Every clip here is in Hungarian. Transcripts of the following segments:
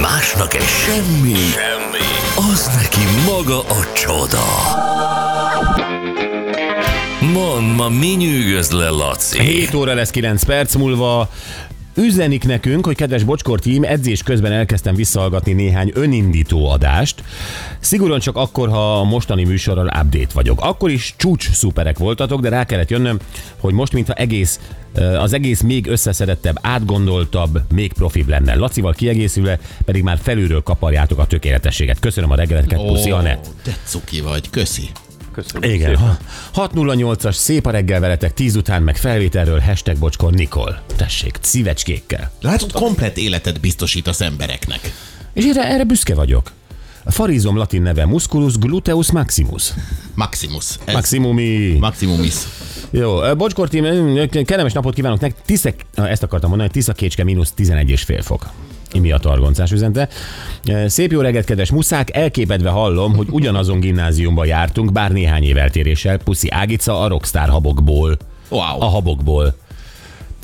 Másnak egy semmi, semmi, az neki maga a csoda. Mond, ma mi nyűgöz le, Laci? 7 óra lesz 9 perc múlva. Üzenik nekünk, hogy kedves Bocskor tím, edzés közben elkezdtem visszahallgatni néhány önindító adást. Szigorúan csak akkor, ha a mostani műsorral update vagyok. Akkor is csúcs szuperek voltatok, de rá kellett jönnöm, hogy most mintha egész ö, az egész még összeszedettebb, átgondoltabb, még profibb lenne. Lacival kiegészülve pedig már felülről kaparjátok a tökéletességet. Köszönöm a reggeletket, puszi Anett. de cuki vagy, köszi. Igen. ha- 608-as, szép a reggel veletek, 10 után meg felvételről, hashtag bocskor Nikol. Tessék, szívecskékkel. Látod, komplet életet biztosítasz embereknek. És erre, erre büszke vagyok. A farizom latin neve musculus gluteus maximus. Maximus. Ez. Maximumi. Maximumis. Jó, ö, bocskor tím, ö, kellemes napot kívánok nektek. Tisza, na, ezt akartam mondani, hogy Tisza kécske mínusz 11,5 fok. Imi a targoncás üzente. Ö, Szép jó reggelt, kedves muszák, elképedve hallom, hogy ugyanazon gimnáziumba jártunk, bár néhány év eltéréssel, puszi Ágica a rockstar habokból. Wow. a habokból.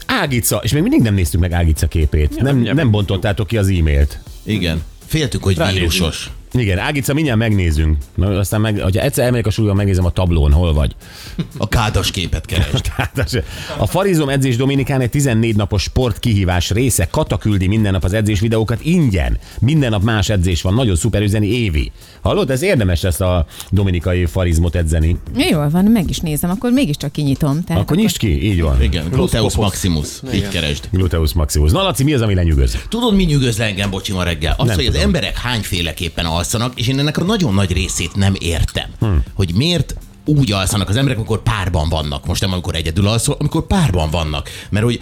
Ágica, és még mindig nem néztük meg Ágica képét. nem, nem bontottátok ki az e-mailt. Igen. Féltük, hogy vírusos. Igen, Ágica, mindjárt megnézünk. Na, aztán meg, hogyha egyszer elmegyek a súlyban, megnézem a tablón, hol vagy. A kádas képet keresd. Tehát az- A Farizom edzés Dominikán egy 14 napos sportkihívás része. Kata küldi minden nap az edzés videókat ingyen. Minden nap más edzés van. Nagyon szuper üzeni Évi. Hallod? Ez érdemes ezt a dominikai farizmot edzeni. Jól van, meg is nézem, akkor mégiscsak kinyitom. Tehát Akkor nyisd ki, így van. Igen, Gluteus Maximus. Így keresd. Gluteus maximus. Na Laci, mi az, ami lenyűgöz? Tudod, mi nyűgöz le engem, bocsi, ma reggel? Az, Nem hogy az tudom. emberek hányféleképpen alszanak, és én ennek a nagyon nagy részét nem értem. Hm. Hogy miért úgy alszanak az emberek, amikor párban vannak. Most nem amikor egyedül alszol, amikor párban vannak. Mert hogy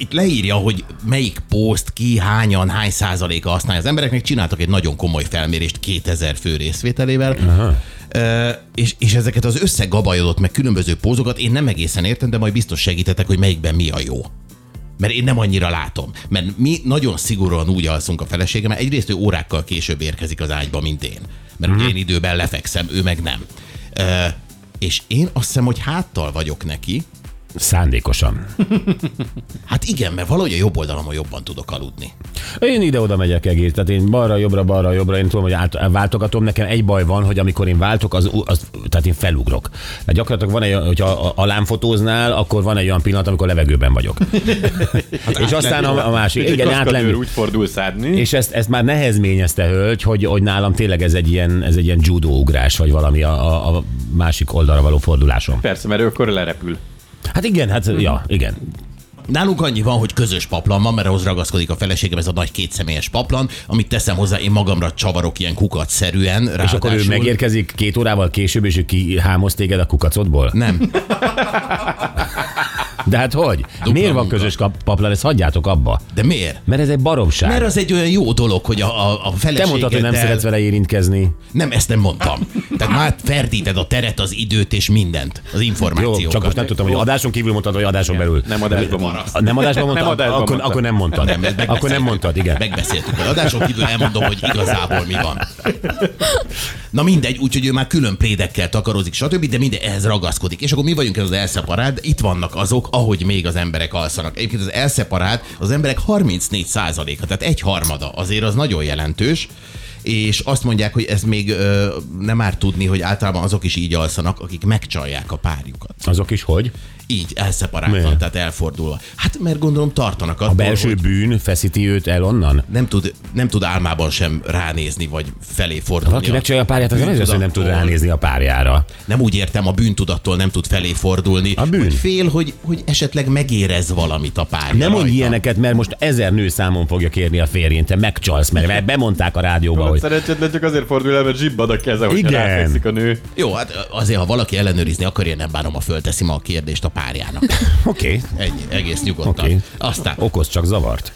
itt leírja, hogy melyik poszt, ki, hányan, hány százaléka használja az embereknek. Csináltak egy nagyon komoly felmérést 2000 fő részvételével. Ö, és, és ezeket az összegabajodott, meg különböző pózokat én nem egészen értem, de majd biztos segítetek, hogy melyikben mi a jó mert én nem annyira látom. Mert mi nagyon szigorúan úgy alszunk a feleségemmel, egyrészt ő órákkal később érkezik az ágyba, mint én. Mert Mhm. ugye én időben lefekszem, ő meg nem. Ö, és én azt hiszem, hogy háttal vagyok neki. Szándékosan. Hát igen, mert valahogy a jobb oldalamon jobban tudok aludni. Én ide-oda megyek egész, tehát én balra, jobbra, balra, jobbra, én tudom, hogy át, váltogatom. Nekem egy baj van, hogy amikor én váltok, az, az tehát én felugrok. Tehát gyakorlatilag van egy, olyan- hogyha a- alámfotóznál, akkor van egy olyan pillanat, amikor levegőben vagyok. és aztán a, a másik. Igen, átlendül. úgy fordulsz átni. És ezt, ezt már nehezményezte hölgy, hogy, hogy nálam tényleg ez egy ilyen, ez egy ilyen judóugrás, vagy valami a, a, a másik oldalra való fordulásom. Persze, mert ő akkor lerepül. Hát igen, hát ja, igen. Nálunk annyi van, hogy közös paplan van, mert ahhoz ragaszkodik a feleségem, ez a nagy kétszemélyes paplan, amit teszem hozzá, én magamra csavarok ilyen kukat szerűen. És akkor ő megérkezik két órával később, és ő kihámoz téged a kukacodból? Nem. De hát hogy? Dupla Miért van munka. közös kap- paplan? Ezt hagyjátok abba. De miért? Mert ez egy baromság. Mert az egy olyan jó dolog, hogy a, a, a feleségeddel... Te mondtad, hogy nem szeretsz vele érintkezni. Nem, ezt nem mondtam. Tehát már ferdíted a teret, az időt és mindent, az információkat. Jó, csak most nem tudtam, hogy adáson kívül mondtad, vagy adáson belül. Nem adásba marasz. Nem adásban mondtad? Nem adásban akkor, mondtam. akkor nem mondtad. Nem, ezt megbeszéltük. akkor nem mondtad, igen. Megbeszéltük. Az adáson kívül elmondom, hogy igazából mi van. Na mindegy, úgyhogy ő már külön prédekkel takarozik, stb., de minden ehhez ragaszkodik. És akkor mi vagyunk ez az elszeparád, itt vannak azok, ahogy még az emberek alszanak. Egyébként az elszeparád az emberek 34%-a, tehát egy harmada, azért az nagyon jelentős és azt mondják, hogy ez még ö, nem árt tudni, hogy általában azok is így alszanak, akik megcsalják a párjukat. Azok is hogy? Így, elszeparáltan, Miért? tehát elfordulva. Hát mert gondolom tartanak attól, A belső hogy bűn feszíti őt el onnan? nem tud, nem tud álmában sem ránézni, vagy felé fordulni. Valaki a- megcsalja a párját, az nem az, hogy nem tud bűntudattól. ránézni a párjára. Nem úgy értem, a bűntudattól nem tud felé fordulni. A bűn. Hogy fél, hogy, hogy esetleg megérez valamit a párja Nem mondj rajta. ilyeneket, mert most ezer nő számon fogja kérni a férjén, te megcsalsz, mert bemondták a rádióba, Hogy... hogy Szerencsétlen csak azért fordul el, mert zsibbad a keze, hogy Igen. ráfekszik a nő. Jó, hát azért, ha valaki ellenőrizni akar, én nem bánom, ha fölteszi ma a kérdést a párjának. oké, Ennyi, egész nyugodtan. Oké. Okay. Aztán okoz csak zavart.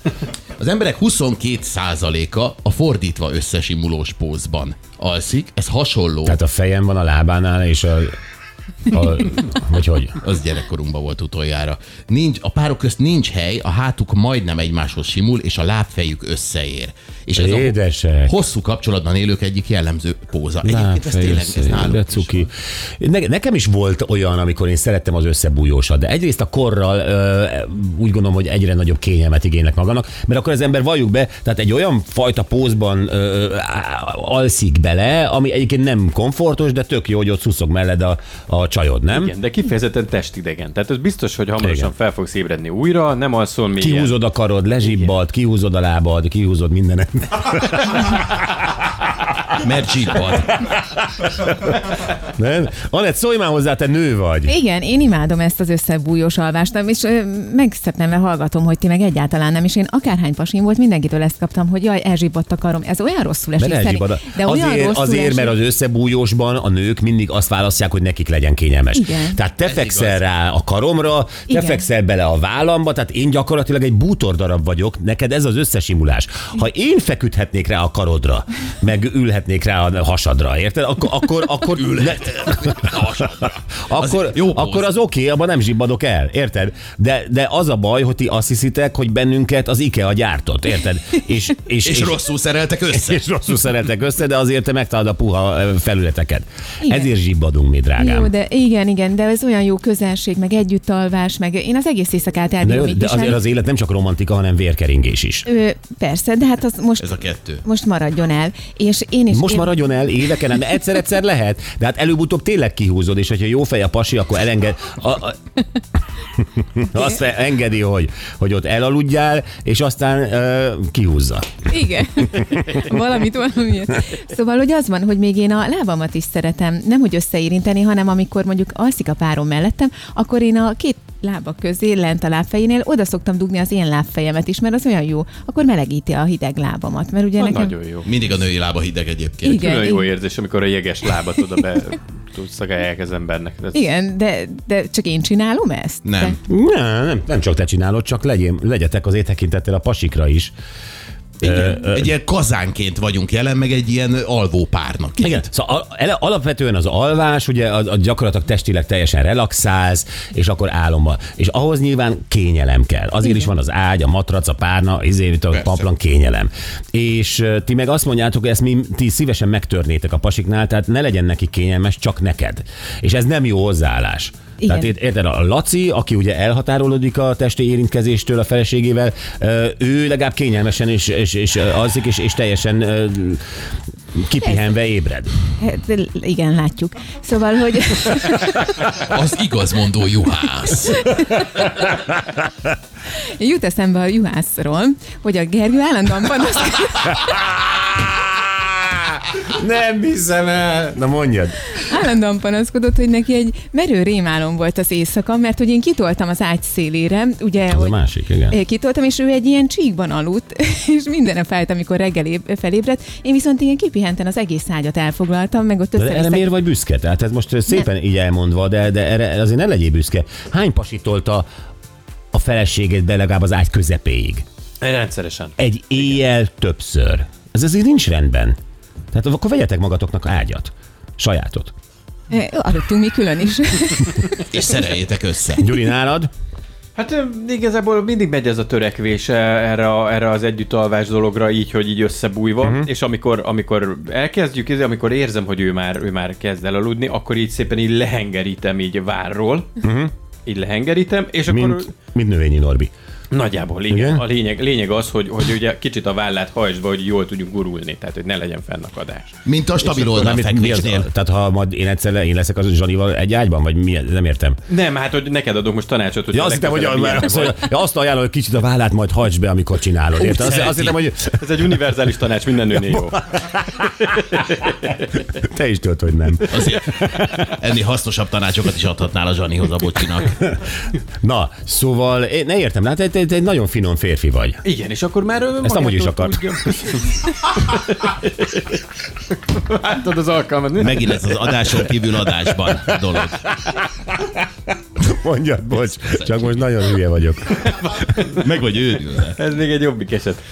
Az emberek 22%-a a fordítva összesimulós pózban alszik, ez hasonló. Tehát a fejem van a lábánál, és a A, vagy hogy? Az gyerekkorunkban volt utoljára. Nincs, a párok közt nincs hely, a hátuk majdnem egymáshoz simul, és a lábfejük összeér. És ez Édesek. a hosszú kapcsolatban élők egyik jellemző póza. Egyébként ez Lábfej tényleg, ez össze- nálunk de is cuki. Ne, nekem is volt olyan, amikor én szerettem az összebújósat, de egyrészt a korral ö, úgy gondolom, hogy egyre nagyobb kényelmet igénylek magának, mert akkor az ember valljuk be, tehát egy olyan fajta pózban ö, á, alszik bele, ami egyébként nem komfortos, de tök jó, hogy ott szuszog melled a, a csajod, nem? Igen. Igen, de kifejezetten testidegen. Tehát ez biztos, hogy hamarosan Igen. Igen. fel fogsz ébredni újra, nem alszol mélyen. Kihúzod a karod, lezsibbad, kihúzod a lábad, kihúzod mindenet. Mert zsibbad. Nem? Anett, szólj már hozzá, te nő vagy. Igen, én imádom ezt az összebújós alvást, és ö, megszeppenve hallgatom, hogy ti meg egyáltalán nem, és én akárhány pasim volt, mindenkitől ezt kaptam, hogy jaj, elzsibbott a karom. Ez olyan rosszul esik. Mert szerint- elzsibad. de olyan azért, rosszul azért esik. mert az összebújósban a nők mindig azt választják, hogy nekik legyen kényelmes. Igen. Tehát te Ez fekszel igaz. rá a karomra, te Igen. fekszel bele a vállamba, tehát én gyakorlatilag egy bútordarab vagyok, neked ez az összesimulás. Ha én feküdhetnék rá a karodra, meg ülhetnék rá a hasadra, érted? Akkor, akkor, akkor, ne, akkor, Az jó póz. akkor az oké, okay, abban nem zsibbadok el, érted? De, de az a baj, hogy ti azt hiszitek, hogy bennünket az IKEA gyártott, érted? És, és, És rosszul szereltek össze. és rosszul szeretek össze, de azért te megtalálod a puha ö, felületeket. Igen. Igen. Ezért zsibbadunk mi, drágám. Jó, de igen, igen, de ez olyan jó közelség, meg együttalvás, meg én az egész éjszakát de, jó, elbírom így de is, azért nem? az élet nem csak romantika, hanem vérkeringés is. Ö, persze, de hát az most, Ez a kettő. most maradjon el. És én is... Most én... maradjon el éveken, át, de egyszer-egyszer lehet, de hát előbb-utóbb tényleg kihúzod, és hogyha jó fej a pasi, akkor elenged... A, a... Azt fel- engedi, hogy, hogy ott elaludjál, és aztán uh, kihúzza. Igen. Valamit, valamiért. Szóval, hogy az van, hogy még én a lábamat is szeretem, nem hogy összeérinteni, hanem amikor mondjuk alszik a párom mellettem, akkor én a két lába közé, lent a lábfejénél, oda szoktam dugni az én lábfejemet is, mert az olyan jó, akkor melegíti a hideg lábamat, mert ugye Na, nekem... Nagyon jó. Mindig a női lába hideg egyébként. Igen, Külön jó igen. érzés, amikor a jeges lábat oda be szagálják az embernek. Ez Igen, de, de csak én csinálom ezt? Nem. Nem, nem, nem csak te csinálod, csak legyél, legyetek az tekintettel a pasikra is. Igen. Egy ilyen kazánként vagyunk jelen, meg egy ilyen alvó párnak. Igen, szóval al- ele- alapvetően az alvás, ugye a, a gyakorlatilag testileg teljesen relaxálsz, és akkor álomban. És ahhoz nyilván kényelem kell. Azért is van az ágy, a matrac, a párna, izé, mit tudom, Persze. paplan, kényelem. És ö, ti meg azt mondjátok, hogy ezt mi, ti szívesen megtörnétek a pasiknál, tehát ne legyen neki kényelmes, csak neked. És ez nem jó hozzáállás. Igen. Tehát ér- érted, a Laci, aki ugye elhatárolódik a testi érintkezéstől a feleségével, ö, ő legalább kényelmesen és, és, és ö, alszik, és, és teljesen ö, kipihenve ébred. Hát, l- igen, látjuk. Szóval, hogy Az igazmondó juhász. jut eszembe a juhászról, hogy a Gergő állandóan panaszkodik. Nem hiszem el. Na mondjad. Állandóan panaszkodott, hogy neki egy merő rémálom volt az éjszaka, mert hogy én kitoltam az ágy szélére, ugye, Az a hogy másik, igen. eh, kitoltam, és ő egy ilyen csíkban aludt, és mindenre fájt, amikor reggel éb- felébredt. Én viszont ilyen kipihenten az egész ágyat elfoglaltam, meg ott De erre összevesztek. miért vagy büszke? Tehát ez most szépen így elmondva, de, de erre azért ne legyél büszke. Hány pasitolta a feleségét be legalább az ágy közepéig? Rendszeresen. Egy éjjel többször. Ez azért nincs rendben. Tehát akkor vegyetek magatoknak ágyat. Sajátot. Eh, Aludtunk mi külön is. És szereljétek össze. Gyuri, nálad? Hát ö, igazából mindig megy ez a törekvés e, erre, a- erre az együttalvás dologra, így, hogy így összebújva, Mhm. uh-huh. és amikor, amikor elkezdjük, ez- amikor érzem, hogy ő már, ő már kezd el aludni, akkor így szépen így lehengerítem így várról, uh-huh. így lehengerítem, és akkor... Mhm. Mint, mint növényi Norbi. Nagyjából igen. Igen? igen. A lényeg, lényeg az, hogy, hogy ugye kicsit a vállát hajtsd be, hogy jól tudjunk gurulni, tehát hogy ne legyen fennakadás. Mint a stabil oldal Mármint mi az- fekvésnél. Tehát ha majd én egyszer le- én leszek az Zsanival egy ágyban, vagy mi? Nem értem. Nem, hát hogy neked adok most tanácsot, hogy Ja, azt hittem, hogy legközelebb már ilyenek azt, vagy. mondja, ja, azt ajánlom, hogy kicsit a vállát majd hajtsd be, amikor csinálod. Érted? Azt, azt hittem, hogy Ez egy univerzális tanács, minden nőnél jó. te is tudod, hogy nem. Azért ennél hasznosabb tanácsokat is adhatnál a Zsanihoz a bocsinak. Na, szóval én ne értem, hát te, te egy nagyon finom férfi vagy. Igen, és akkor már... Ezt amúgy is akart. Látod az alkalmat, mi? Megint ez az adáson kívül adásban dolog. Mondjad, bocs, csak most nagyon hülye vagyok. Meg vagy őrülve. Ez még egy jobbik eset.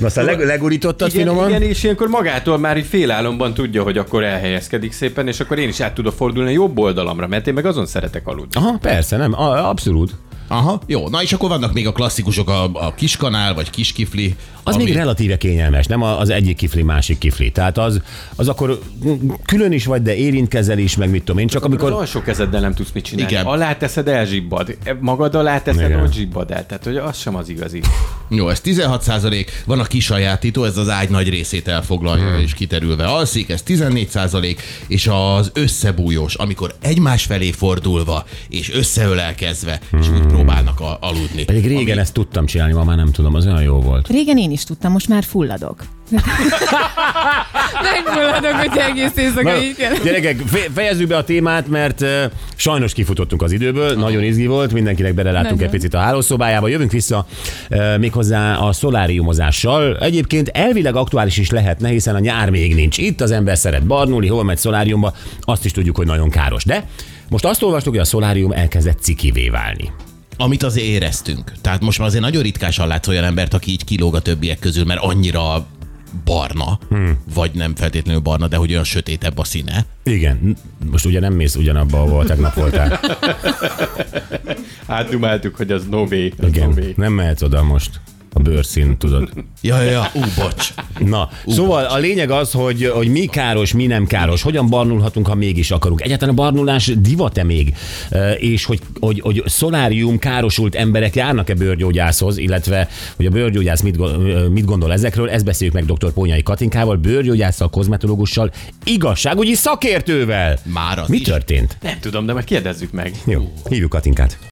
Na, aztán leg, legurítottad Igen, finoman? igen, és ilyenkor magától már így félálomban tudja, hogy akkor elhelyezkedik szépen, és akkor én is át tudok fordulni a jobb oldalamra, mert én meg azon szeretek aludni. Aha, persze, nem, a, abszolút. Aha, jó. Na és akkor vannak még a klasszikusok, a, a kiskanál, vagy kiskifli. Az Ami... még relatíve kényelmes, nem a- az egyik kifli, másik kifli. Tehát az, az akkor külön is vagy, de érintkezel is, meg mit tudom én, csak Akkor az amikor... alsó kezeddel nem tudsz mit csinálni. Igen. Igen. Alá teszed, elzsibbad. E, Magad alá teszed, Igen. ott zsibbad el. Tehát, hogy az sem az igazi. Jó, ez 16 százalék, van a kisajátító, ez az ágy nagy részét elfoglalja és kiterülve alszik, ez 14 százalék, és az összebújós, amikor egymás felé fordulva és összeölelkezve, és úgy próbálnak a- aludni. Pedig régen Ami- ezt tudtam csinálni, ma már nem tudom, az olyan jó volt. Régen én is tudtam, most már fulladok. Megfulladok, hogy egész éjszaka így kell. Gyerekek, fe- fejezzük be a témát, mert uh, sajnos kifutottunk az időből, nagyon izgi volt, mindenkinek belelátunk egy Nagyon. picit a hálószobájába, jövünk vissza uh, méghozzá a szoláriumozással. Egyébként elvileg aktuális is lehetne, hiszen a nyár még nincs itt, az ember szeret barnulni, hol megy szoláriumba, azt is tudjuk, hogy nagyon káros. De most azt olvastuk, hogy a szolárium elkezdett cikivé válni. amit azért éreztünk. Tehát most már azért nagyon ritkásan látsz olyan embert, aki így kilóg a többiek közül, mert annyira barna, hmm. vagy nem feltétlenül barna, de hogy olyan sötétebb a színe. Igen, most ugye nem mész ugyanabba, ahol tegnap voltál. Átdumáltuk, hogy az no way. Az no way. Igen, nem mehetsz oda most. A bőrszín, tudod. Ja, ja, ja, ú, bocs. Na, szóval a lényeg az, hogy, hogy mi káros, mi nem káros, hogyan barnulhatunk, ha mégis akarunk. Egyáltalán a barnulás divat-e még? E, És hogy, hogy, hogy szolárium károsult emberek járnak-e bőrgyógyászhoz, illetve hogy a bőrgyógyász mit, go- mit gondol ezekről, ezt beszéljük meg dr. Pónyai Katinkával, bőrgyógyásszal, kozmetológussal, igazságügyi szakértővel. Már az Mi is. történt? Nem tudom, de majd kérdezzük meg. Jó, hívjuk Katinkát.